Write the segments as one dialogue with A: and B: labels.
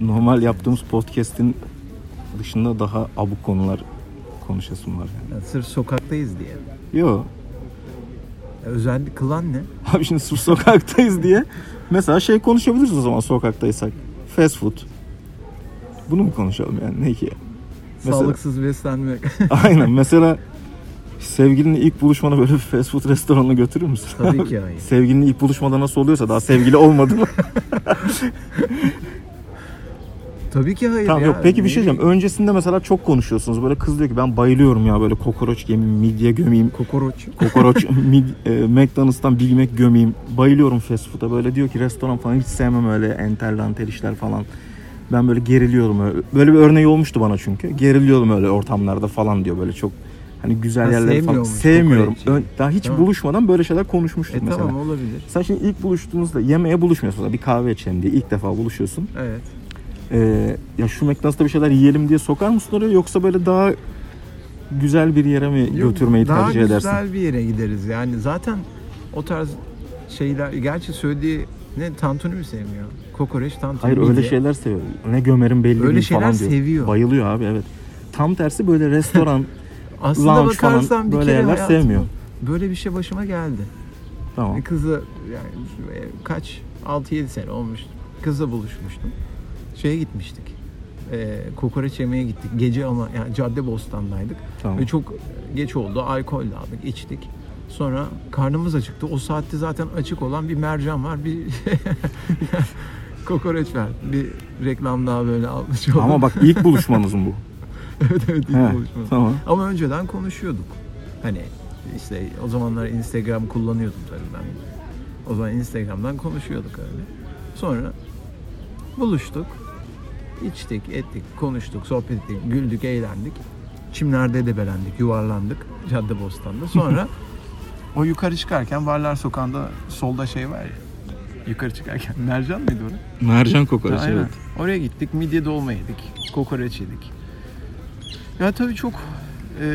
A: normal yaptığımız podcast'in dışında daha abuk konular konuşasım var yani.
B: Yani sırf sokaktayız diye.
A: Yo.
B: E, Özel kılan ne?
A: Abi şimdi sırf sokaktayız diye mesela şey konuşabiliriz o zaman sokaktaysak. Fast food. Bunu mu konuşalım yani ne ki? Mesela-
B: Sağlıksız beslenme.
A: Aynen mesela sevgilinin ilk buluşmana böyle bir fast food restoranına götürür müsün?
B: Tabii ki hayır.
A: Sevgilinin ilk buluşmada nasıl oluyorsa daha sevgili olmadı mı?
B: Tabii ki hayır
A: tamam
B: ya.
A: yok peki bir şey
B: Ne-
A: diyeceğim. Öncesinde mesela çok konuşuyorsunuz. Böyle kız diyor ki ben bayılıyorum ya böyle kokoreç yemeyeyim, midye gömeyim.
B: Kokoreç.
A: Kokoreç, mid, e, McDonald's'tan Big Mac gömeyim. Bayılıyorum fast food'a. Böyle diyor ki restoran falan hiç sevmem öyle entel dantel işler falan. Ben böyle geriliyorum. öyle. Böyle bir örneği olmuştu bana çünkü. Geriliyorum öyle ortamlarda falan diyor böyle çok hani güzel
B: Ha,
A: yerleri falan.
B: sevmiyormuş
A: Sevmiyorum.
B: kokoreçi.
A: Ön- daha hiç
B: Tamam.
A: buluşmadan böyle şeyler konuşmuştuk
B: E
A: mesela.
B: tamam olabilir.
A: Sen şimdi ilk buluştuğunuzda yemeğe buluşmuyorsunuz. Bir kahve içelim diye ilk defa buluşuyorsun.
B: Evet.
A: Ee, ya şu McDonald's'ta bir şeyler yiyelim diye sokar mısın oraya yoksa böyle daha güzel bir yere mi
B: Yok,
A: götürmeyi tercih edersin?
B: Daha güzel bir yere gideriz yani. Zaten o tarz şeyler, gerçi söylediği ne tantuni mi sevmiyor? Kokoreç tantuni
A: Hayır öyle şey-
B: midye.
A: şeyler seviyor. Ne gömerim belli
B: Öyle
A: değil
B: şeyler
A: falan diyor.
B: seviyor.
A: Bayılıyor abi evet. Tam tersi böyle restoran,
B: Aslında
A: lounge
B: bakarsan
A: falan
B: bir
A: böyle
B: kere
A: yerler
B: hayatımda
A: sevmiyor.
B: Böyle bir şey başıma geldi.
A: Tamam.
B: Kızı yani e, kaç 6-7 sene olmuş. Kızla buluşmuştum. Şeye gitmiştik. E, kokoreç yemeye gittik. Gece ama yani cadde bostandaydık.
A: Tamam.
B: Ve çok geç oldu. Alkol de aldık, içtik. Sonra karnımız acıktı. O saatte zaten açık olan bir mercan var. Bir kokoreç ver. Bir reklam daha böyle almış oldum.
A: Ama bak ilk buluşmanız mı bu?
B: evet evet ilk
A: He,
B: buluşmamız.
A: Tamam.
B: Ama önceden konuşuyorduk. Hani işte o zamanlar Instagram kullanıyordum tabii ben. O zaman Instagram'dan konuşuyorduk öyle. Sonra buluştuk. içtik, ettik, konuştuk, sohbet ettik, güldük, eğlendik. Çimlerde debelendik, yuvarlandık Caddebostan'da. Sonra o yukarı çıkarken Varlar Sokağı'nda solda şey var ya. Yukarı çıkarken mercan mıydı orası?
A: Mercan kokoreç
B: Aynen. Oraya gittik, midye dolma yedik, kokoreç yedik. Ya tabii çok eee,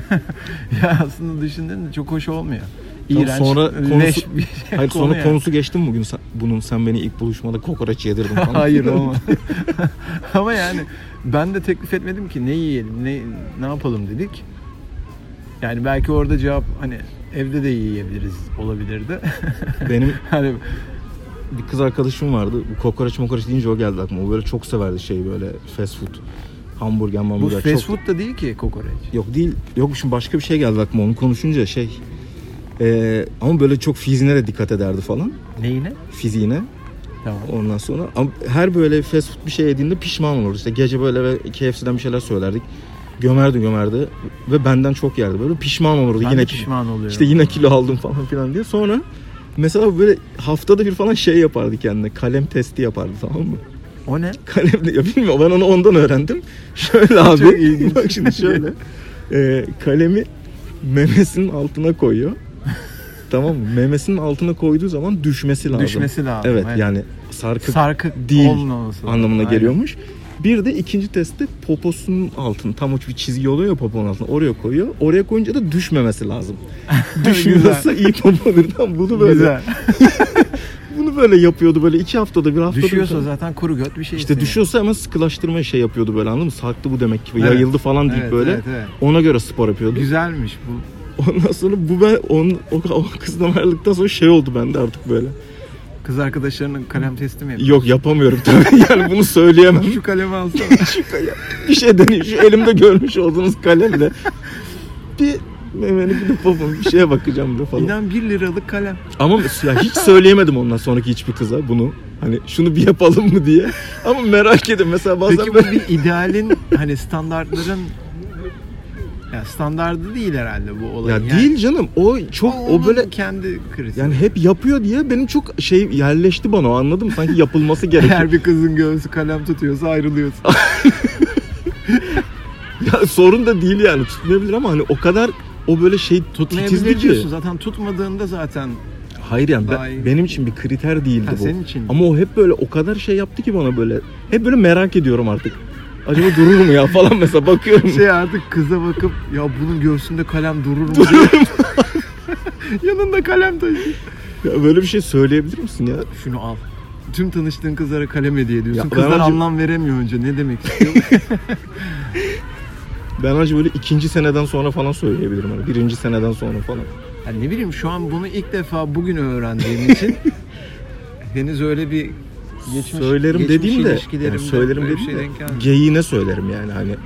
B: ya aslında düşündüğünde çok hoş olmuyor.
A: Tamam,
B: İğrenç,
A: sonra konusu-
B: leş bir şey
A: Hayır
B: konu
A: sonra
B: yani.
A: konusu geçtim bugün sen- bunun sen beni ilk buluşmada kokoreç yedirdin falan.
B: Hayır ama. ama yani ben de teklif etmedim ki ne yiyelim, ne ne yapalım dedik. Yani belki orada cevap hani evde de yiyebiliriz olabilirdi.
A: Benim
B: hani
A: bir kız arkadaşım vardı. Bu kokoreç mokoreç deyince o geldi aklıma. O böyle çok severdi şey böyle fast food. Hamburger,
B: bu
A: hamburger.
B: fast
A: çok...
B: food da değil ki kokoreç.
A: Yok değil. Yok şimdi başka bir şey geldi aklıma onu konuşunca şey. Ee, ama böyle çok fiziğine de dikkat ederdi falan.
B: Neyine?
A: Fiziğine.
B: Tamam.
A: Ondan sonra ama her böyle fast food bir şey yediğinde pişman olurdu. İşte gece böyle ve KFC'den bir şeyler söylerdik. Gömerdi gömerdi ve benden çok yerdi. Böyle pişman olurdu.
B: Ben
A: yine
B: de
A: ki-
B: pişman oluyorum.
A: işte yine kilo aldım falan filan diye. Sonra mesela böyle haftada bir falan şey yapardı kendine. Kalem testi yapardı tamam mı?
B: O ne?
A: Kalemle ya bilmiyorum ben onu ondan öğrendim. Şöyle abi.
B: Çok ilginç.
A: Bak şimdi şöyle. Ee, kalemi memesinin altına koyuyor. tamam mı? Memesinin altına koyduğu zaman düşmesi lazım.
B: Düşmesi lazım,
A: Evet,
B: evet.
A: yani sarkık
B: sarkık
A: değil
B: olmaması lazım.
A: anlamına
B: Aynen.
A: geliyormuş. Bir de ikinci testte poposunun altını tam uç bir çizgi oluyor ya poponun altına oraya koyuyor. Oraya koyunca da düşmemesi lazım. Düşmüyorsa iyi popodur. Tam bunu böyle
B: Güzel.
A: bunu böyle yapıyordu böyle iki haftada bir haftada bir
B: Düşüyorsa
A: falan.
B: zaten kuru göt bir şey.
A: İşte
B: istemiyor.
A: düşüyorsa hemen sıkılaştırma şey yapıyordu böyle anladın mı? Sarktı bu demek ki
B: Evet.
A: yayıldı falan deyip
B: Evet,
A: böyle.
B: evet, evet.
A: Ona göre spor yapıyordu.
B: Güzelmiş bu.
A: Ondan sonra bu ben on, o, o kızdan ayrıldıktan sonra şey oldu bende artık böyle.
B: Kız arkadaşlarının kalem testi mi yapıyor?
A: Yok yapamıyorum tabii yani bunu söyleyemem.
B: Şu kalemi alsana.
A: bir şey deneyim şu elimde görmüş olduğunuz kalemle. Bir memeli bir de popom bir şeye bakacağım da falan.
B: İnan 1 liralık kalem.
A: Ama mesela hiç söyleyemedim ondan sonraki hiçbir kıza bunu. Hani şunu bir yapalım mı diye. Ama merak edin mesela bazen
B: Peki bu
A: böyle...
B: bir idealin hani standartların ya standardı değil herhalde bu olay.
A: Ya
B: Yani
A: değil canım o çok
B: onun
A: o böyle
B: kendi krizi.
A: yani hep yapıyor diye benim çok şey yerleşti bana o anladın mı? Sanki yapılması gerekiyor.
B: eğer bir kızın göğsü kalem tutuyorsa ayrılıyorsun.
A: ya, sorun da değil yani tutmayabilir ama hani o kadar o böyle şey titizdi
B: Tutmayabilir
A: ki.
B: diyorsun zaten tutmadığında zaten
A: Hayır yani ben-
B: Daha iyi.
A: benim için bir kriter değildi
B: Ha,
A: bu.
B: senin için.
A: Ama o hep böyle o kadar şey yaptı ki bana böyle. Hep böyle merak ediyorum artık. Acaba durur mu ya falan mesela bakıyorum.
B: şey artık kıza bakıp ya bunun göğsünde kalem durur mu? diye. Yanında kalem taşıyor.
A: Ya böyle bir şey söyleyebilir misin ya?
B: Şunu al. Tüm tanıştığın kızlara kalem hediye ediyorsun.
A: Ya ben
B: Kızlar
A: önce-
B: anlam veremiyor önce. Ne demek istiyor?
A: Ben ancak böyle ikinci seneden sonra falan söyleyebilirim. Hani birinci seneden sonra falan.
B: Ya ne bileyim şu an bunu ilk defa bugün öğrendiğim için henüz öyle bir geçmiş,
A: söylerim
B: geçmiş
A: dediğim de,
B: ilişkilerimde
A: yani söylerim
B: böyle bir şey
A: dediğim de
B: denk gelmedi.
A: geyiğine söylerim yani hani.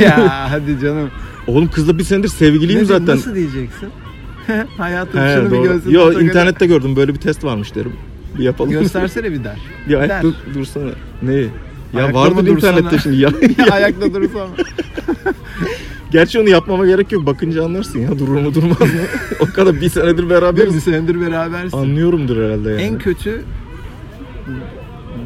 B: ya hadi canım.
A: Oğlum kızla bir senedir sevgiliyim
B: Ne-
A: zaten.
B: Nasıl diyeceksin? Hayatım
A: He,
B: şunu bir
A: doğru.
B: gözle
A: Yo
B: tut, o kadar-
A: internette gördüm böyle bir test varmış derim. Bir yapalım.
B: Göstersene bir der.
A: ya
B: der.
A: dur, dursana. Neyi? Ya
B: Ayakta
A: vardı
B: mı dursana?
A: internette şimdi ya.
B: Ayakta durursam.
A: Gerçi onu yapmama gerek yok. Bakınca anlarsın ya durur mu durmaz mı. o kadar bir senedir
B: Bir
A: beraberiz.
B: senedir berabersin.
A: Anlıyorumdur herhalde yani.
B: En kötü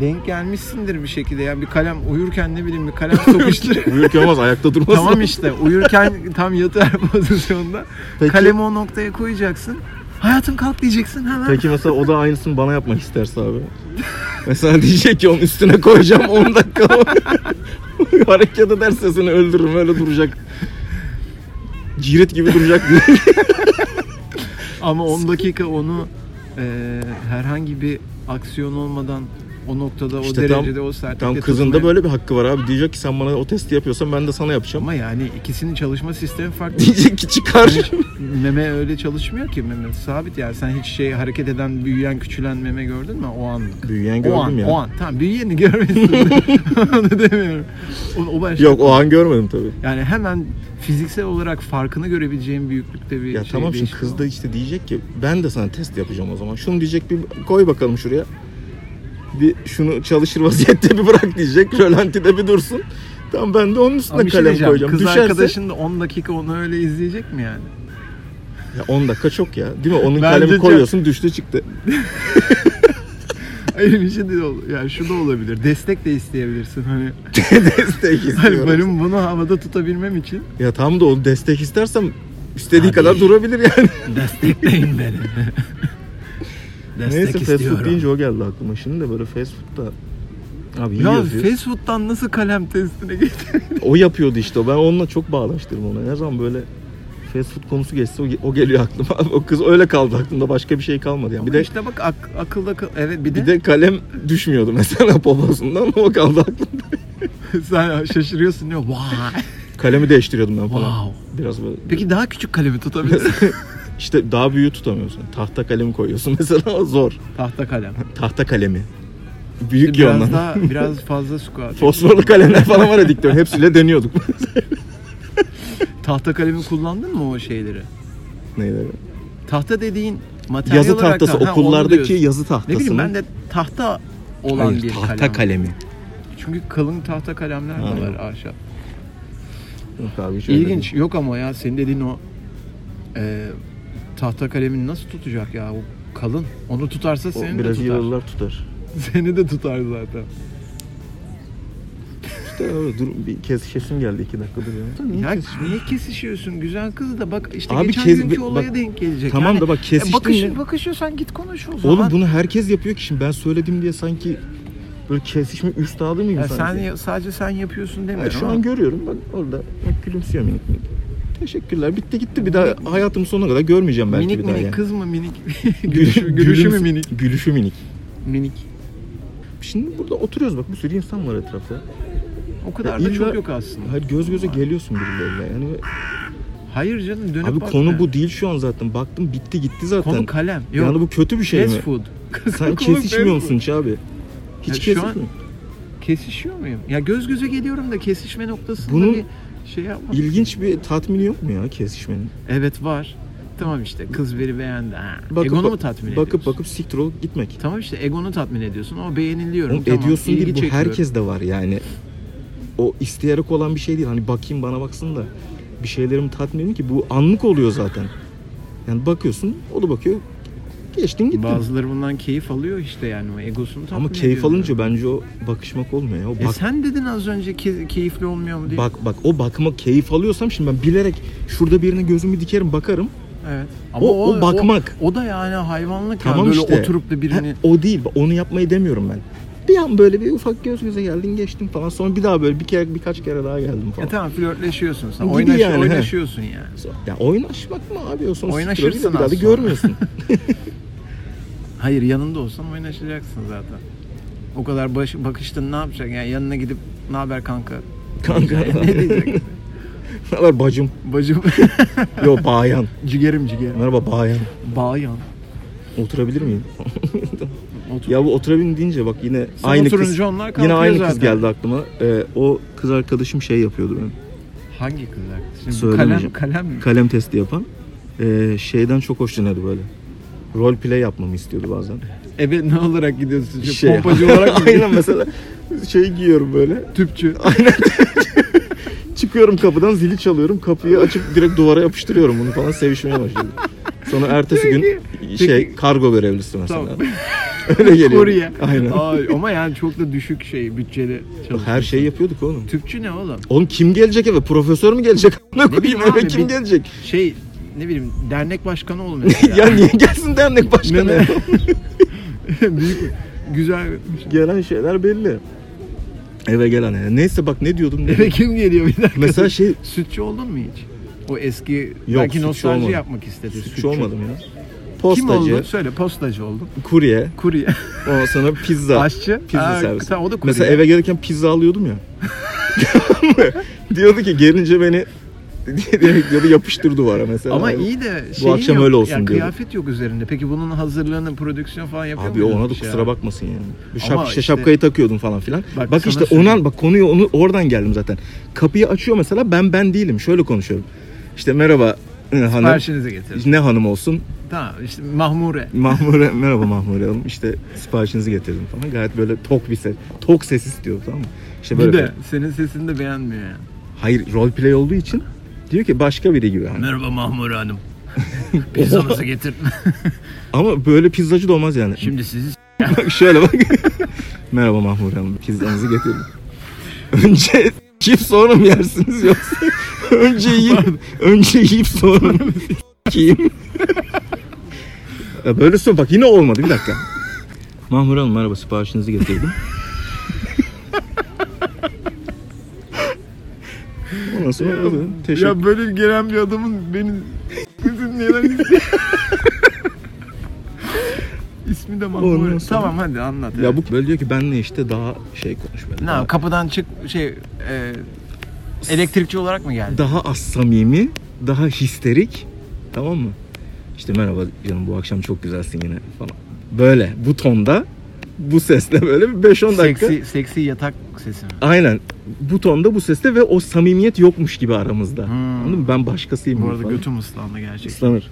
B: denk gelmişsindir bir şekilde. Yani bir kalem uyurken ne bileyim bir kalem sokuştur.
A: Uyurken olmaz ayakta durmaz.
B: tamam işte uyurken tam yatar pozisyonda.
A: Peki-
B: Kalemi o noktaya koyacaksın. Hayatım kalk diyeceksin hemen.
A: Peki mesela o da aynısını bana yapmak isterse abi. Mesela diyecek ki onun üstüne koyacağım 10 dakika. Hareket ederse seni öldürürüm öyle duracak. Cirit gibi duracak.
B: Ama 10 dakika onu e, herhangi bir aksiyon olmadan o noktada
A: İşte
B: o
A: tam-
B: derecede o sertlikte
A: Tam kızın da
B: tutmaya-
A: böyle bir hakkı var abi. Diyecek ki sen bana o testi yapıyorsan ben de sana yapacağım.
B: Ama yani ikisinin çalışma sistemi farklı.
A: Diyecek ki çıkar.
B: meme öyle çalışmıyor ki meme sabit yani sen hiç şey hareket eden büyüyen küçülen meme gördün mü o an
A: Büyüyen
B: o an
A: gördüm ya.
B: o an tamam büyüyeni görmesin onu demiyorum o, o başka
A: Yok o an görmedim tabii.
B: yani hemen fiziksel olarak farkını görebileceğim büyüklükte bir
A: Ya
B: şey
A: tamam şimdi
B: değişimi
A: kız da
B: var.
A: işte diyecek ki ben de sana test yapacağım o zaman. Şunu diyecek bir koy bakalım şuraya. Bir şunu çalışır vaziyette bir bırak diyecek. Rölantide bir dursun. Tamam ben de onun
B: Ama
A: üstüne
B: bir şey
A: kalem
B: diyeceğim,
A: koyacağım.
B: Kız
A: Düşerse
B: arkadaşın da 10 dakika onu öyle izleyecek mi yani?
A: Ya 10 dakika çok ya. Değil mi? Onun
B: Bence
A: kalemi
B: çok.
A: koyuyorsun düştü çıktı.
B: Hayır bir şey değil. ol- Yani şu da olabilir. Destek de isteyebilirsin. Hani,
A: destek
B: hani
A: istiyorum.
B: benim bunu havada tutabilmem için.
A: Ya tamam da o destek istersem istediği
B: Abi.
A: kadar durabilir yani.
B: Destekleyin beni. Destek
A: Neyse fast
B: istiyorum.
A: food deyince o geldi aklıma. Şimdi de böyle fast food da Abi iyi
B: Ya
A: yazıyor.
B: fast food'dan nasıl kalem testine geçti?
A: O yapıyordu işte. o. Ben onunla çok bağdaştırdım ona. Ne zaman böyle fast food konusu geçse o, ge- o geliyor aklıma. Abi o kız öyle kaldı aklımda. Başka bir şey kalmadı yani. Bir de
B: işte bak ak- akılda kal- evet bir de,
A: bir de kalem düşmüyordu mesela poposundan. O kaldı aklımda.
B: sen şaşırıyorsun diyor. Vay.
A: Kalemi değiştiriyordum ben falan.
B: Wow.
A: Biraz böyle.
B: Peki daha küçük kalemi tutabilirsin.
A: İşte daha büyüğü tutamıyorsun. Tahta kalemi koyuyorsun mesela o zor.
B: Tahta kalem.
A: Tahta kalemi. Büyük ya
B: Biraz
A: ondan.
B: daha biraz fazla squat.
A: Fosforlu kalemler falan var ya dikdörtgen. Hepsiyle deniyorduk.
B: Tahta kalemi kullandın mı o şeyleri?
A: Neydi?
B: Tahta dediğin materyal
A: Yazı
B: olarak
A: tahtası.
B: da- ha, onu
A: okullardaki
B: diyorsun.
A: yazı tahtasını.
B: Ne bileyim ben de tahta olan
A: Hayır,
B: bir
A: tahta
B: kalem.
A: kalemi.
B: Çünkü kalın tahta kalemler
A: Ha,
B: de var
A: yok.
B: ahşap.
A: Yok abi, hiç öyle
B: İlginç. Yok ama ya senin dediğin o e, tahta kalemini nasıl tutacak ya? O kalın. Onu tutarsa
A: değil.
B: seni
A: O
B: de tutar.
A: Brezilyalılar tutar.
B: Seni de tutar zaten.
A: İşte öyle dur bir kesişesim geldi iki dakikadır ya.
B: Ya niye kesişiyorsun? Güzel kız da bak işte
A: Abi
B: geçen
A: kes-
B: günkü
A: bak-
B: olaya denk gelecek.
A: Tamam
B: Yani,
A: da bak
B: e,
A: kesiştim
B: bakış,
A: ya.
B: bakışıyorsan git konuş o zaman.
A: Oğlum bunu herkes yapıyor ki şimdi ben söyledim diye sanki böyle kesişme üstadı mıyım
B: Ya E, sen
A: sanki?
B: ya- sadece sen yapıyorsun
A: Ya
B: demiyorum.
A: şu
B: ama-
A: an görüyorum bak orada bak gülümsüyor minik minik. Teşekkürler bitti gitti bir daha hayatım sonuna kadar görmeyeceğim belki
B: minik
A: bir daha
B: minik
A: yani.
B: kız mı minik? gülüşü, gülüşü mü
A: Gülümse-
B: minik?
A: Gülüşü minik.
B: Minik.
A: Şimdi burada oturuyoruz bak bir sürü insan var etrafta.
B: O kadar
A: Ya
B: da çok
A: illa-
B: yok aslında.
A: Hayır göz göze geliyorsun birileriyle yani.
B: Hayır canım dönüp
A: Abi
B: bakma.
A: konu bu değil şu an zaten baktım bitti gitti zaten.
B: Konu kalem. Yok.
A: yani bu kötü bir şey
B: fast
A: mi?
B: food.
A: Sen
B: Konu
A: kesişmiyor
B: fast
A: musun hiç abi?
B: Ya
A: Hiç
B: şu an-
A: kesişmiyor.
B: food. Kesişiyor muyum? Ya göz göze geliyorum da kesişme noktasında
A: Bunun
B: bir şey yapma.
A: İlginç bir tatmini yok mu ya kesişmenin?
B: Evet var. Tamam işte kız biri beğendi. Ha. Egonu mu tatmin
A: bakıp
B: ediyorsun?
A: bakıp siktir olup gitmek.
B: Tamam işte egonu tatmin ediyorsun ama beğeniliyorum.
A: Oğlum
B: tamam,
A: ediyorsun
B: ilgi
A: değil bu
B: çekiyorum.
A: herkes de var yani. O isteyerek olan bir şey değil. Hani bakayım bana baksın da bir şeylerim tatmin edeyim ki bu anlık oluyor zaten. Yani bakıyorsun o da bakıyor. Geçtin gittin.
B: Bazıları bundan keyif alıyor işte yani o egosunu tatmin
A: Ama keyif
B: ediyor.
A: alınca bence o bakışmak olmuyor. ya. O
B: E
A: bak,
B: sen dedin az önce ke- keyifli olmuyor mu diye.
A: bak bak o bakma keyif alıyorsam şimdi ben bilerek şurada birine gözümü dikerim bakarım.
B: Evet.
A: O- o bakmak.
B: O, da yani hayvanlık
A: Tamam
B: yani böyle
A: işte.
B: oturup da birini
A: Ha, o değil. Onu yapmayı demiyorum ben. Bir an böyle bir ufak göz göze geldin geçtin falan. Sonra bir daha böyle bir kere birkaç kere daha geldim
B: Ya
A: falan.
B: E tamam flörtleşiyorsun sen.
A: Gibi
B: Oynaş,
A: yani, he.
B: oynaşıyorsun yani.
A: Ya oynaşmak mı abi? O sonra
B: Oynaşırsın
A: siktir oluyor, bir daha da
B: az sonra.
A: görmüyorsun.
B: Hayır yanında olsan oynaşacaksın zaten. O kadar baş, bakıştın ne yapacak yani yanına gidip ne haber kanka?
A: Kanka
B: ne diyecek?
A: Merhaba bacım.
B: Bacım
A: Yo bayan.
B: cigerim cigerim.
A: Merhaba bayan.
B: Bağyan.
A: Oturabilir miyim?
B: Otur.
A: ya bu oturabilirim deyince bak yine
B: Sen
A: aynı
B: oturunca
A: kız.
B: onlar kalkıyor
A: Yine aynı
B: zaten.
A: kız geldi aklıma. Ee, o kız arkadaşım şey yapıyordu benim.
B: Hangi kız arkadaş? Şimdi bu
A: Söylemeyeceğim.
B: kalem, kalem mi?
A: Kalem testi yapan. Ee, şeyden çok hoşlanıyordu böyle. Rol play yapmamı istiyordu bazen.
B: Ebe ne olarak gidiyorsun? Şey,
A: Şey-
B: pompacı olarak mı?
A: Aynen mesela şey giyiyorum böyle.
B: Tüpçü.
A: Çıkıyorum kapıdan zili çalıyorum. Kapıyı açıp direkt duvara yapıştırıyorum bunu falan sevişmeye başladık. Sonra ertesi gün şey
B: Peki.
A: kargo görevlisi mesela.
B: Tamam.
A: Öyle geliyor.
B: Kurye.
A: Aynen.
B: Ay, ama yani çok da düşük şey bütçeli çalışıyor.
A: Her şeyi yapıyorduk oğlum.
B: Tüpçü ne oğlum?
A: Oğlum kim gelecek eve? Profesör mü gelecek? Ne koyayım
B: bileyim
A: eve
B: abi,
A: kim
B: bir-
A: gelecek?
B: Şey ne bileyim dernek başkanı olmuyor. ya.
A: Ya niye gelsin dernek başkanı?
B: Ne- Büyük güzel. şey.
A: Gelen şeyler belli. Eve gelen. yani. Neyse bak ne diyordum.
B: Eve kim geliyor bir dakika?
A: Mesela şey
B: Sütçü oldun mu hiç? O eski
A: Yok,
B: belki
A: sütçü
B: nostalji
A: olmadım.
B: yapmak istedi.
A: suç olmadım ya. Postacı,
B: Kim oldun? Söyle postacı oldum.
A: kurye,
B: Kurye.
A: ondan sonra pizza.
B: Aşçı.
A: Pizza
B: Aa,
A: servisi.
B: sen o da kurye.
A: Mesela eve gelirken pizza alıyordum ya. diyordu ki gelince beni direkt diyordu yapıştır duvara mesela.
B: Ama
A: Abi,
B: iyi de şeyin
A: akşam
B: yok.
A: öyle olsun
B: ya,
A: diyordu.
B: Kıyafet yok üzerinde. Peki bunun hazırlığını, prodüksiyon falan yapıyor
A: Abi
B: muydun
A: ona da
B: bir şey
A: kusura
B: abi?
A: bakmasın yani. Bu şap-
B: Ama
A: işte,
B: işte-
A: şapkayı takıyordun falan filan. Bak,
B: Bak sana
A: işte
B: söyleyeyim.
A: ona bak konuyu onu oradan geldim zaten. Kapıyı açıyor mesela ben ben değilim. Şöyle konuşuyorum. İşte merhaba e, hanım.
B: Siparişinizi getirin.
A: Ne hanım olsun?
B: Tamam işte mahmure.
A: Mahmure merhaba Mahmure Hanım. İşte siparişinizi getirdim falan. Gayet böyle tok bir ses. Tok ses istiyor tamam mı? İşte böyle.
B: Bir de senin sesini de beğenmiyor yani.
A: Hayır rol play olduğu için diyor ki başka biri gibi. hani.
B: Merhaba Mahmure Hanım. Pizzanızı getir.
A: Ama böyle pizzacı da olmaz yani.
B: Şimdi sizi
A: Bak şöyle bak. Merhaba Mahmur Hanım. Pizzanızı getirdim. Önce yiyip sonra mı yersiniz yoksa? önce yiyip, önce yiyip sonra mı yiyeyim? Ya Böyle sor bak yine olmadı bir dakika. Mahmur Hanım merhaba siparişinizi getirdim. Ondan sonra o da teşekkür
B: Ya böyle gelen bir adamın beni dinleyen ismi. İsmi de
A: Ondan
B: Mahmure.
A: sonra-
B: Tamam hadi anlat.
A: Ya bu böyle diyor ki benle işte daha şey konuşmadım.
B: ne yap- kapıdan çık şey e, elektrikçi olarak mı geldi?
A: daha az samimi, daha histerik. Tamam mı? İşte merhaba canım bu akşam çok güzelsin yine falan. Böyle bu tonda bu sesle böyle bir 5-10 dakika.
B: Seksi, seksi yatak sesi mi?
A: Aynen. Bu tonda bu sesle ve o samimiyet yokmuş gibi aramızda. Anladın mı? Ben başkasıyım.
B: Hmm. Bu arada
A: falan.
B: götüm ıslandı gerçekten.
A: Islanır.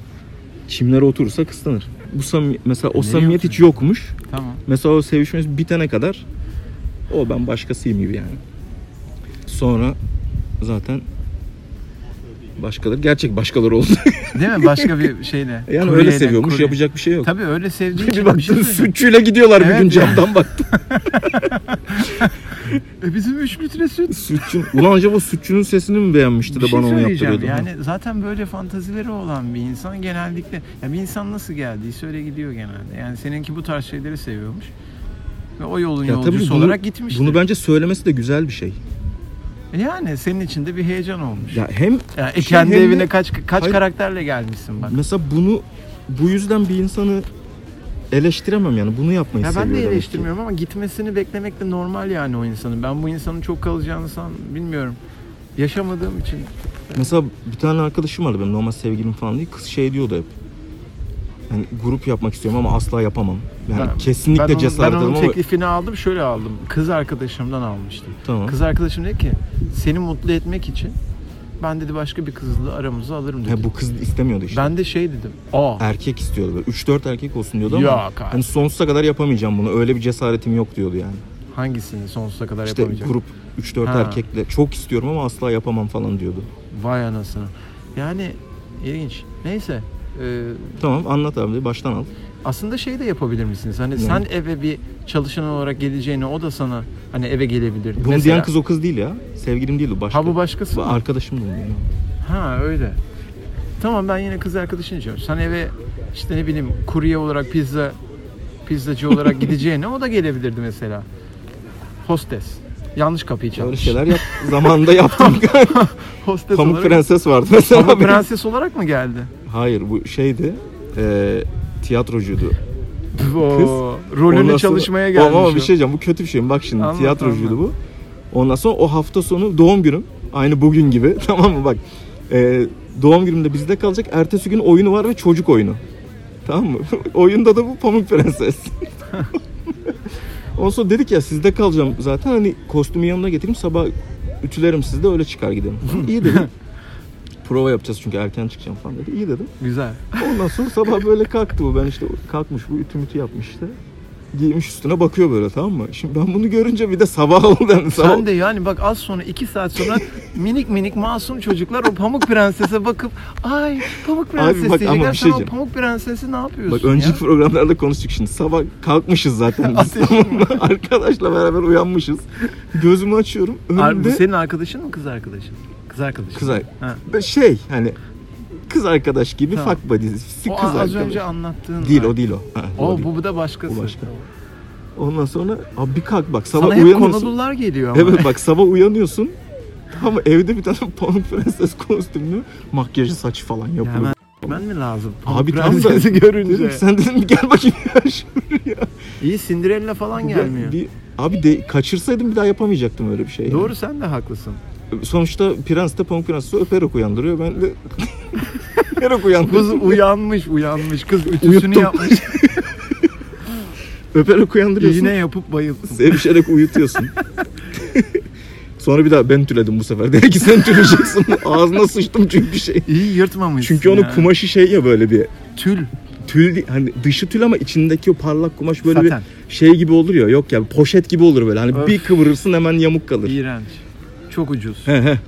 A: Çimlere oturursa kıslanır. Bu samimi, mesela o
B: Nereye
A: samimiyet hiç yokmuş.
B: Tamam.
A: Mesela o sevişmemiz bitene kadar o ben başkasıyım gibi yani. Sonra zaten başkaları gerçek başkaları oldu.
B: Değil mi? Başka bir şeyle.
A: yani öyle
B: Kuryeyle,
A: seviyormuş
B: kurye.
A: yapacak bir şey yok.
B: Tabii öyle sevdiği
A: bir
B: için bir şey
A: baktın
B: söyleyeyim.
A: sütçüyle gidiyorlar bir
B: Evet
A: gün
B: ya.
A: camdan baktım.
B: E bizim 3 litre süt.
A: Sütçün. Ulan acaba sütçünün sesini mi beğenmişti de
B: Bir şey
A: bana onu
B: söyleyeceğim.
A: yaptırıyordu.
B: Yani zaten böyle fantazileri olan bir insan genellikle ya bir insan nasıl geldiyse öyle gidiyor genelde. Yani seninki bu tarz şeyleri seviyormuş. Ve o yolun
A: Ya tabii
B: yolcusu
A: bunu-
B: olarak gitmiştir.
A: Bunu bence söylemesi de güzel bir şey.
B: Yani senin için de bir heyecan olmuş. Ya,
A: Ya hem
B: e, kendi
A: hem de-
B: evine kaç kaç
A: Hayır.
B: karakterle gelmişsin bak.
A: mesela bunu bu yüzden bir insanı eleştiremem yani. Bunu yapmayı
B: Ya ben
A: seviyor
B: de
A: demek ki.
B: eleştirmiyorum ama gitmesini beklemek de normal yani o insanın. Ben bu insanın çok kalacağını san bilmiyorum. Yaşamadığım için
A: Mesela bir tane arkadaşım vardı benim normal sevgilim falan değil. Kız şey diyordu hep. Yani grup yapmak istiyorum ama asla yapamam. Yani
B: Ben-
A: kesinlikle
B: ben onun,
A: cesaret
B: ben onun
A: edemem ama
B: teklifini aldım şöyle aldım. Kız arkadaşımdan almıştım.
A: Tamam.
B: Kız arkadaşım dedi ki seni mutlu etmek için ben dedi başka bir kızla aramızı alırım dedi.
A: Ya bu kız istemiyordu işte.
B: Ben de şey dedim. Aa
A: Erkek istiyordu böyle. 3-4 erkek olsun diyordu ama
B: Yok abi.
A: hani sonsuza kadar yapamayacağım bunu. Öyle bir cesaretim yok diyordu yani.
B: hangisini sonsuza kadar
A: İşte
B: yapamayacağım?
A: grup 3-4
B: Ha.
A: erkekle çok istiyorum ama asla yapamam falan diyordu.
B: Vay anasını. Yani ilginç. Neyse. Ee,
A: Tamam anlat abi baştan al.
B: aslında şey de yapabilir misiniz? Hani sen eve bir çalışan olarak geleceğini o da sana hani eve gelebilir.
A: Bunu diyen kız o kız değil ya. Sevgilim değil o başka.
B: Ha bu başkası mı?
A: Arkadaşım da bunu diyor.
B: Ha öyle. Tamam ben yine kız arkadaşını çağırıyorum. Sen eve işte ne bileyim kurye olarak pizza pizzacı olarak gideceğine o da gelebilirdi mesela. Hostes. Yanlış kapıyı
A: Öyle
B: çalmış.
A: şeyler yap. zamanında yaptım.
B: Hostes
A: Pamuk
B: olarak.
A: Prenses vardı mesela.
B: Pamuk
A: benim.
B: prenses olarak mı geldi?
A: Hayır bu şeydi. E, tiyatrocuydu.
B: Oo, rolünü
A: Ondan sonra-
B: çalışmaya
A: Ama-
B: gelmiş.
A: Ama
B: o.
A: bir şey diyeceğim bu kötü bir şey. Bak şimdi
B: Anlat,
A: tiyatrocuydu bu. Ondan sonra o hafta sonu doğum günüm. Aynı bugün gibi tamam mı bak. e, doğum günümde bizde kalacak. Ertesi gün oyunu var ve çocuk oyunu. Tamam mı? Oyunda da bu Pamuk Prenses. Ondan sonra dedik ya sizde kalacağım zaten hani kostümü yanına getireyim sabah ütülerim sizde öyle çıkar gidelim. İyi dedim. Prova yapacağız çünkü erken çıkacağım falan dedi. İyi dedim.
B: Güzel.
A: Ondan sonra sabah böyle kalktı bu. Ben işte kalkmış bu ütü mütü yapmış işte. Giymiş üstüne bakıyor böyle tamam mı? Şimdi ben bunu görünce bir de sabah oldu. Yani sabah...
B: Sen de yani bak az sonra iki saat sonra minik minik masum çocuklar o pamuk prensese bakıp ay pamuk prenses
A: bak ama
B: diyecekler.
A: bir şey
B: Sen o
A: diyeceğim.
B: pamuk prensesi ne yapıyorsun
A: Bak önceki
B: ya?
A: programlarda konuştuk şimdi. Sabah kalkmışız zaten biz.
B: Ateşim
A: tamam mı? Arkadaşla beraber uyanmışız. Gözümü açıyorum.
B: Ar- bu
A: Önümde
B: senin arkadaşın mı kız arkadaşın? Kız arkadaşın.
A: kız, ar-
B: Ha.
A: Be- şey hani kız arkadaş gibi
B: Tamam.
A: fuck buddies.
B: O
A: kız
B: az
A: arkadaş.
B: önce anlattığın.
A: Değil o değil o. Ha,
B: O,
A: o değil.
B: bu, bu da başkası.
A: Bu başka. Ondan sonra abi bir kalk bak sabah
B: Sana hep
A: uyanıyorsun.
B: Konulular geliyor ama.
A: Evet bak sabah uyanıyorsun. Ama evde bir tane Pamuk Prenses kostümlü makyajı saçı falan yapıyor.
B: Hemen ben mi lazım? Pamuk
A: Abi tam da
B: prensesi görünce.
A: dedim, ki, sen dedim gel bakayım ya şuraya.
B: İyi Cinderella falan gelmiyor.
A: Bir- abi de, kaçırsaydım bir daha yapamayacaktım öyle bir şey. yani.
B: Doğru sen de haklısın.
A: Sonuçta Prens de Pamuk Prenses'i öperek uyandırıyor. Ben de öperek uyandırdım.
B: Kız uyanmış uyanmış. Kız ütüsünü
A: Uyuttum.
B: yapmış.
A: öperek uyandırıyorsun.
B: İğne yapıp bayıldım.
A: Sevişerek uyutuyorsun. Sonra bir daha ben tüledim bu sefer. Dedi ki sen tüleceksin. Ağzına sıçtım çünkü şey.
B: İyi yırtmamışsın
A: Çünkü onun
B: yani.
A: kumaşı şey ya böyle bir
B: Tül.
A: tül değil- hani dışı tül ama içindeki o parlak kumaş böyle
B: Saten.
A: bir şey gibi olur ya. Yok ya poşet gibi olur böyle. Hani
B: Öf.
A: bir kıvırırsın hemen yamuk kalır.
B: İğrenç. Çok ucuz.
A: He he.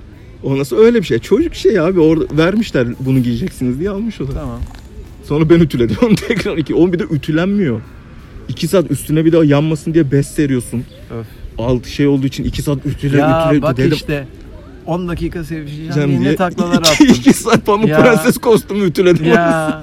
A: O nasıl öyle bir şey. Çocuk şey abi orada vermişler bunu giyeceksiniz diye almış o da.
B: Tamam.
A: Sonra ben ütüledim onu tekrar iki. Oğlum bir de ütülenmiyor. İki saat üstüne bir daha yanmasın diye bez seriyorsun.
B: Öf.
A: Alt şey olduğu için iki saat ütüle
B: Ya
A: ütüle
B: bak
A: dedim.
B: işte 10 dakika sevişeceğim
A: "Gideceğim"
B: diye
A: diye
B: ne taklalar
A: iki,
B: attın.
A: iki saat pamuk
B: Ya.
A: prenses kostümü ütüledim.
B: ya.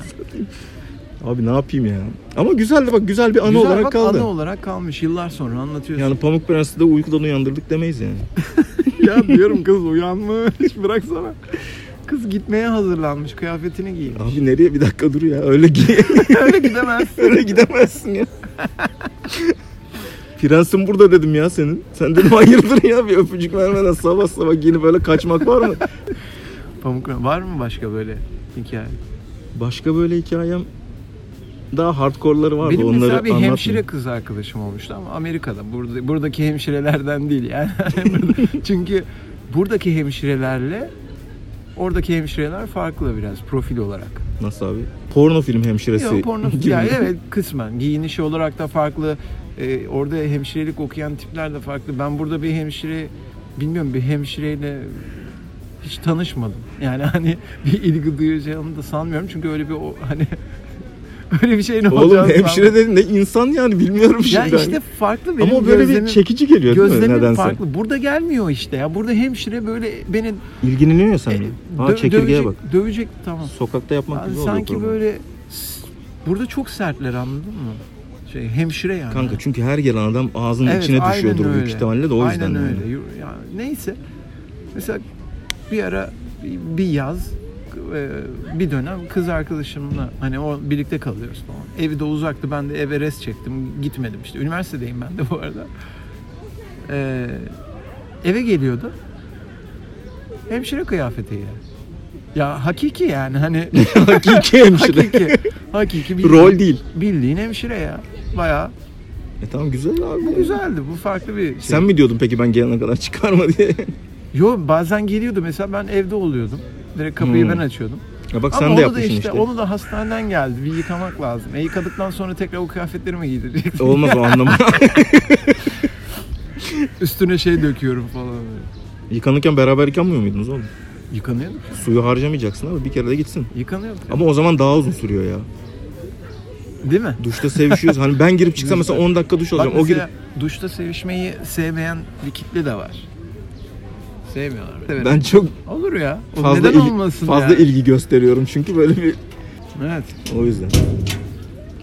A: Abi ne yapayım ya. Ama güzeldi bak güzel bir anı
B: Güzel
A: olarak
B: bak,
A: kaldı.
B: Anı olarak kalmış. Yıllar sonra anlatıyorsun.
A: Yani Pamuk Prenses'i de uykudan uyandırdık demeyiz yani.
B: ya diyorum kız uyanmış bıraksana. Kız gitmeye hazırlanmış kıyafetini giymiş.
A: Abi nereye bir dakika dur ya öyle gi-
B: Öyle gidemezsin.
A: öyle gidemezsin ya. Prensim burada dedim ya senin. Sen dedim hayırdır ya bir öpücük vermeden sabah sabah yeni böyle kaçmak var mı?
B: Pamuk var mı başka böyle hikaye?
A: Başka böyle hikayem daha hardcore'ları vardı
B: Benim
A: onları
B: mesela bir
A: anlatmayayım.
B: hemşire kız arkadaşım olmuştu ama Amerika'da. Burada, buradaki hemşirelerden değil yani. Çünkü buradaki hemşirelerle oradaki hemşireler farklı biraz profil olarak.
A: Nasıl abi? Porno film hemşiresi.
B: Yok porno
A: gibi.
B: yani evet kısmen giyinişi olarak da farklı. Ee, orada hemşirelik okuyan tipler de farklı. Ben burada bir hemşire bilmiyorum bir hemşireyle hiç tanışmadım. Yani hani bir ilgi duyacağımı da sanmıyorum çünkü öyle bir o, hani öyle bir şeyin
A: Oğlum
B: olacağını
A: hemşire dedin de insan yani bilmiyorum
B: Ya
A: şimdi.
B: işte farklı benim
A: Ama o böyle
B: gözlemim-
A: bir çekici geliyor değil mi
B: gözlemim
A: nedense?
B: farklı. Burada gelmiyor işte ya. Burada hemşire böyle beni
A: İlgileniyor sen.
B: e,
A: de.
B: dö-
A: Aa çekirgeye
B: dövecek,
A: bak.
B: dövecek tamam.
A: Sokakta yapmak
B: Yani
A: güzel oluyor
B: sanki
A: program.
B: böyle s- burada çok sertler anladın mı? Şey hemşire yani.
A: Kanka çünkü her gelen adam ağzının
B: Evet,
A: içine
B: aynen
A: düşüyordur büyük
B: öyle.
A: ihtimalle de o yüzden.
B: Aynen
A: yani.
B: öyle. Yo- Yani neyse. Mesela bir ara bir- bir yaz e, bir dönem kız arkadaşımla hani o birlikte kalıyoruz falan. Evi de uzaktı. Ben de eve res çektim. Gitmedim işte. Üniversitedeyim ben de bu arada. E, eve geliyordu. Hemşire kıyafetiyle. Ya hakiki yani hani
A: Hakiki hemşire.
B: hakiki hakiki bir
A: Rol değil.
B: bildiğin hemşire ya. Bayağı
A: E tamam güzel abi.
B: bu güzeldi. Bu farklı bir şey.
A: Sen mi diyordun peki ben gelene kadar çıkarma diye?
B: Yo bazen geliyordu mesela ben evde oluyordum. Direkt kapıyı
A: Hmm.
B: ben açıyordum.
A: Ya bak
B: Ama
A: sen de
B: onu da
A: yapmışsın
B: işte,
A: işte.
B: onu da hastaneden geldi. Bir yıkamak lazım. E yıkadıktan sonra tekrar o kıyafetlerimi giydirecektim.
A: E, Olmaz o anlamı.
B: Üstüne şey döküyorum falan. böyle.
A: Yıkanırken beraber yıkanmıyor muydunuz oğlum?
B: Yıkanıyor mu?
A: Suyu harcamayacaksın abi bir kere de gitsin.
B: Yıkanıyor mu?
A: Ama o zaman daha uzun sürüyor ya.
B: Değil mi?
A: Duşta sevişiyoruz. Hani ben girip çıksam mesela 10 dakika duş
B: Bak
A: alacağım. O girip...
B: mesela duşta sevişmeyi sevmeyen bir kitle de var. Sevmiyorlar. Severim.
A: Ben çok
B: Olur ya. O
A: fazla,
B: neden
A: ilgi-
B: olmasın
A: fazla
B: yani?
A: ilgi gösteriyorum çünkü böyle bir...
B: Evet.
A: O yüzden.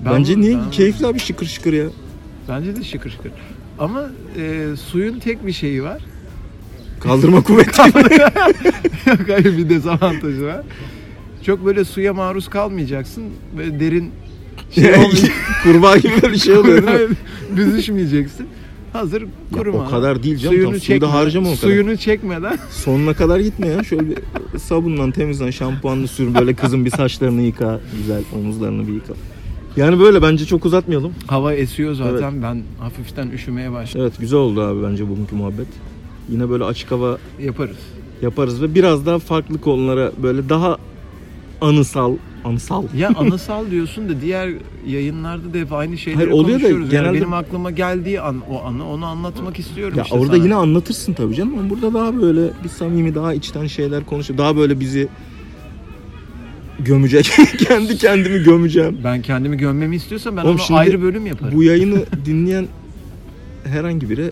B: Ben
A: Bence
B: bunu-
A: niye? şey
B: ben-
A: Keyifli abi şıkır şıkır ya.
B: Bence de şıkır şıkır. Ama e, suyun tek bir şeyi var.
A: Kaldırma kuvveti.
B: Yok hayır bir dezavantajı var. Çok böyle suya maruz kalmayacaksın. Böyle derin Şey olmuyor.
A: Kurbağa gibi böyle şey oluyor değil mi?
B: Büzüşmeyeceksin. Hazır
A: Ya
B: kuruma.
A: o kadar değil canım.
B: Suyunu
A: Tam suyu
B: çekme-
A: da harcama o kadar.
B: Suyunu çekmeden.
A: Sonuna kadar gitme ya. Şöyle bir sabunla temizlen, şampuanla sür. Böyle kızın bir saçlarını yıka. Güzel omuzlarını bir yıka. Yani böyle bence çok uzatmayalım.
B: Hava esiyor zaten. Ben hafiften üşümeye başladım.
A: Evet güzel oldu abi bence bugünkü muhabbet. Yine böyle açık hava
B: Yaparız.
A: yaparız ve biraz daha farklı konulara böyle daha anısal anısal
B: Ya anısal diyorsun da diğer yayınlarda da hep aynı şeyleri
A: Hayır, oluyor da
B: konuşuyoruz. Yani
A: genelde-
B: benim aklıma geldiği an o anı onu anlatmak istiyorum
A: Ya
B: işte
A: orada
B: sana.
A: yine anlatırsın tabii canım ama burada daha böyle bir samimi daha içten şeyler konuşuyor. Daha böyle bizi gömecek. Kendi kendimi gömeceğim.
B: Ben kendimi gömmemi istiyorsan ben
A: Oğlum
B: ona
A: şimdi
B: ayrı bölüm yaparım.
A: Bu yayını dinleyen herhangi biri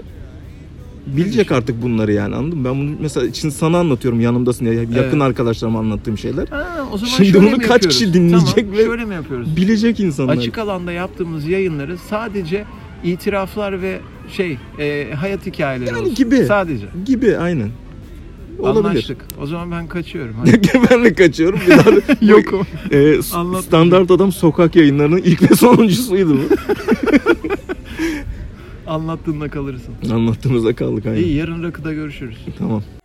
A: bilecek artık bunları yani anladın mı? Ben bunu mesela şimdi sana anlatıyorum yanımdasın ya yakın
B: Evet.
A: arkadaşlarıma anlattığım şeyler.
B: Ha, o zaman
A: Şimdi
B: şöyle
A: bunu
B: mi
A: kaç
B: yapıyoruz?
A: kişi dinleyecek
B: tamam,
A: ve-
B: şöyle mi yapıyoruz?
A: Bilecek insanlar.
B: Açık alanda yaptığımız yayınları sadece itiraflar ve şey e, hayat hikayeleri
A: Yani
B: olsun.
A: gibi.
B: Sadece.
A: gibi aynen. Olabilir.
B: Anlaştık. O zaman ben kaçıyorum. Hadi.
A: ben de kaçıyorum. Bir daha da-
B: Yokum.
A: Ee, s-
B: Anlatmayacağım.
A: standart adam sokak yayınlarının ilk ve sonuncusuydu bu.
B: Anlattığında kalırsın.
A: Anlattığımızda kaldık aynen.
B: İyi yarın rakıda görüşürüz.
A: Tamam.